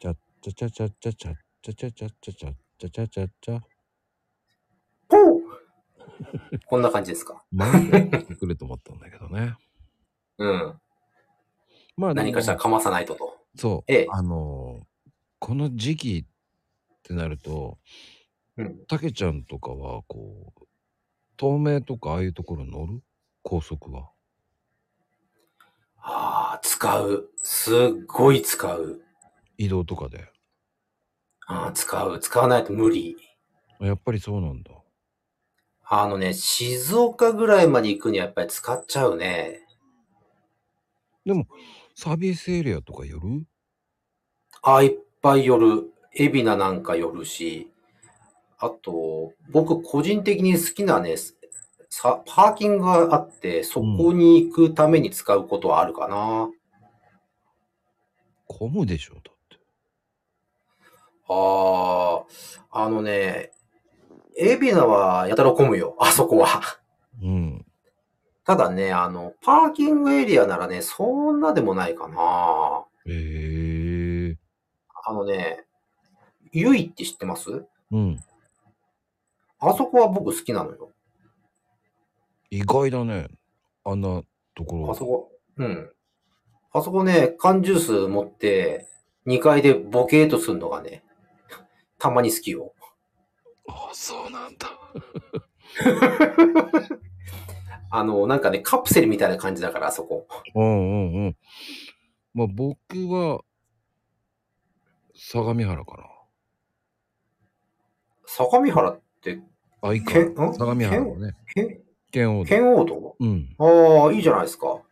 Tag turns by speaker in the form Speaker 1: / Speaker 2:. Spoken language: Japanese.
Speaker 1: チャチャチャチャチャチャチャチャチャチャチャチャチャチャ。
Speaker 2: ポーこんな感じですか
Speaker 1: なんで来ると思ったんだけどね。
Speaker 2: うん。
Speaker 1: まあ、でも
Speaker 2: 何かしらかまさないとと。
Speaker 1: そう、
Speaker 2: ええ
Speaker 1: あのーこの時期ってなると、
Speaker 2: うん。
Speaker 1: たけちゃんとかは、こう、透明とかああいうところ乗る高速は。
Speaker 2: ああ、使う。すっごい使う。
Speaker 1: 移動とかで。
Speaker 2: ああ、使う。使わないと無理。
Speaker 1: やっぱりそうなんだ。
Speaker 2: あのね、静岡ぐらいまで行くにはやっぱり使っちゃうね。
Speaker 1: でも、サービスエリアとか寄る
Speaker 2: ああ、いっぱい寄る。海老名なんか寄るし。あと、僕個人的に好きなね、さパーキングがあって、そこに行くために使うことはあるかな。
Speaker 1: 混むでしょ、だって。
Speaker 2: ああ、あのね、海老名はやたら混むよ、あ そこは。
Speaker 1: うん。
Speaker 2: ただね、あの、パーキングエリアならね、そんなでもないかな。
Speaker 1: ええ
Speaker 2: あのね、ゆいって知ってます
Speaker 1: うん。
Speaker 2: あそこは僕好きなのよ。
Speaker 1: 意外だね。あんなところ。
Speaker 2: あそこ、うん。あそこね、缶ジュース持って、2階でボケーっとするのがね、たまに好きよ。
Speaker 1: あそうなんだ。
Speaker 2: あの、なんかね、カプセルみたいな感じだから、あそこ。
Speaker 1: うんうんうん。まあ僕は、相模原か
Speaker 2: 相模原って、
Speaker 1: な。あ、いいか
Speaker 2: けん。
Speaker 1: 相模原のね。
Speaker 2: けん
Speaker 1: 県央道。
Speaker 2: 圏央道
Speaker 1: うん。
Speaker 2: ああ、いいじゃないですか。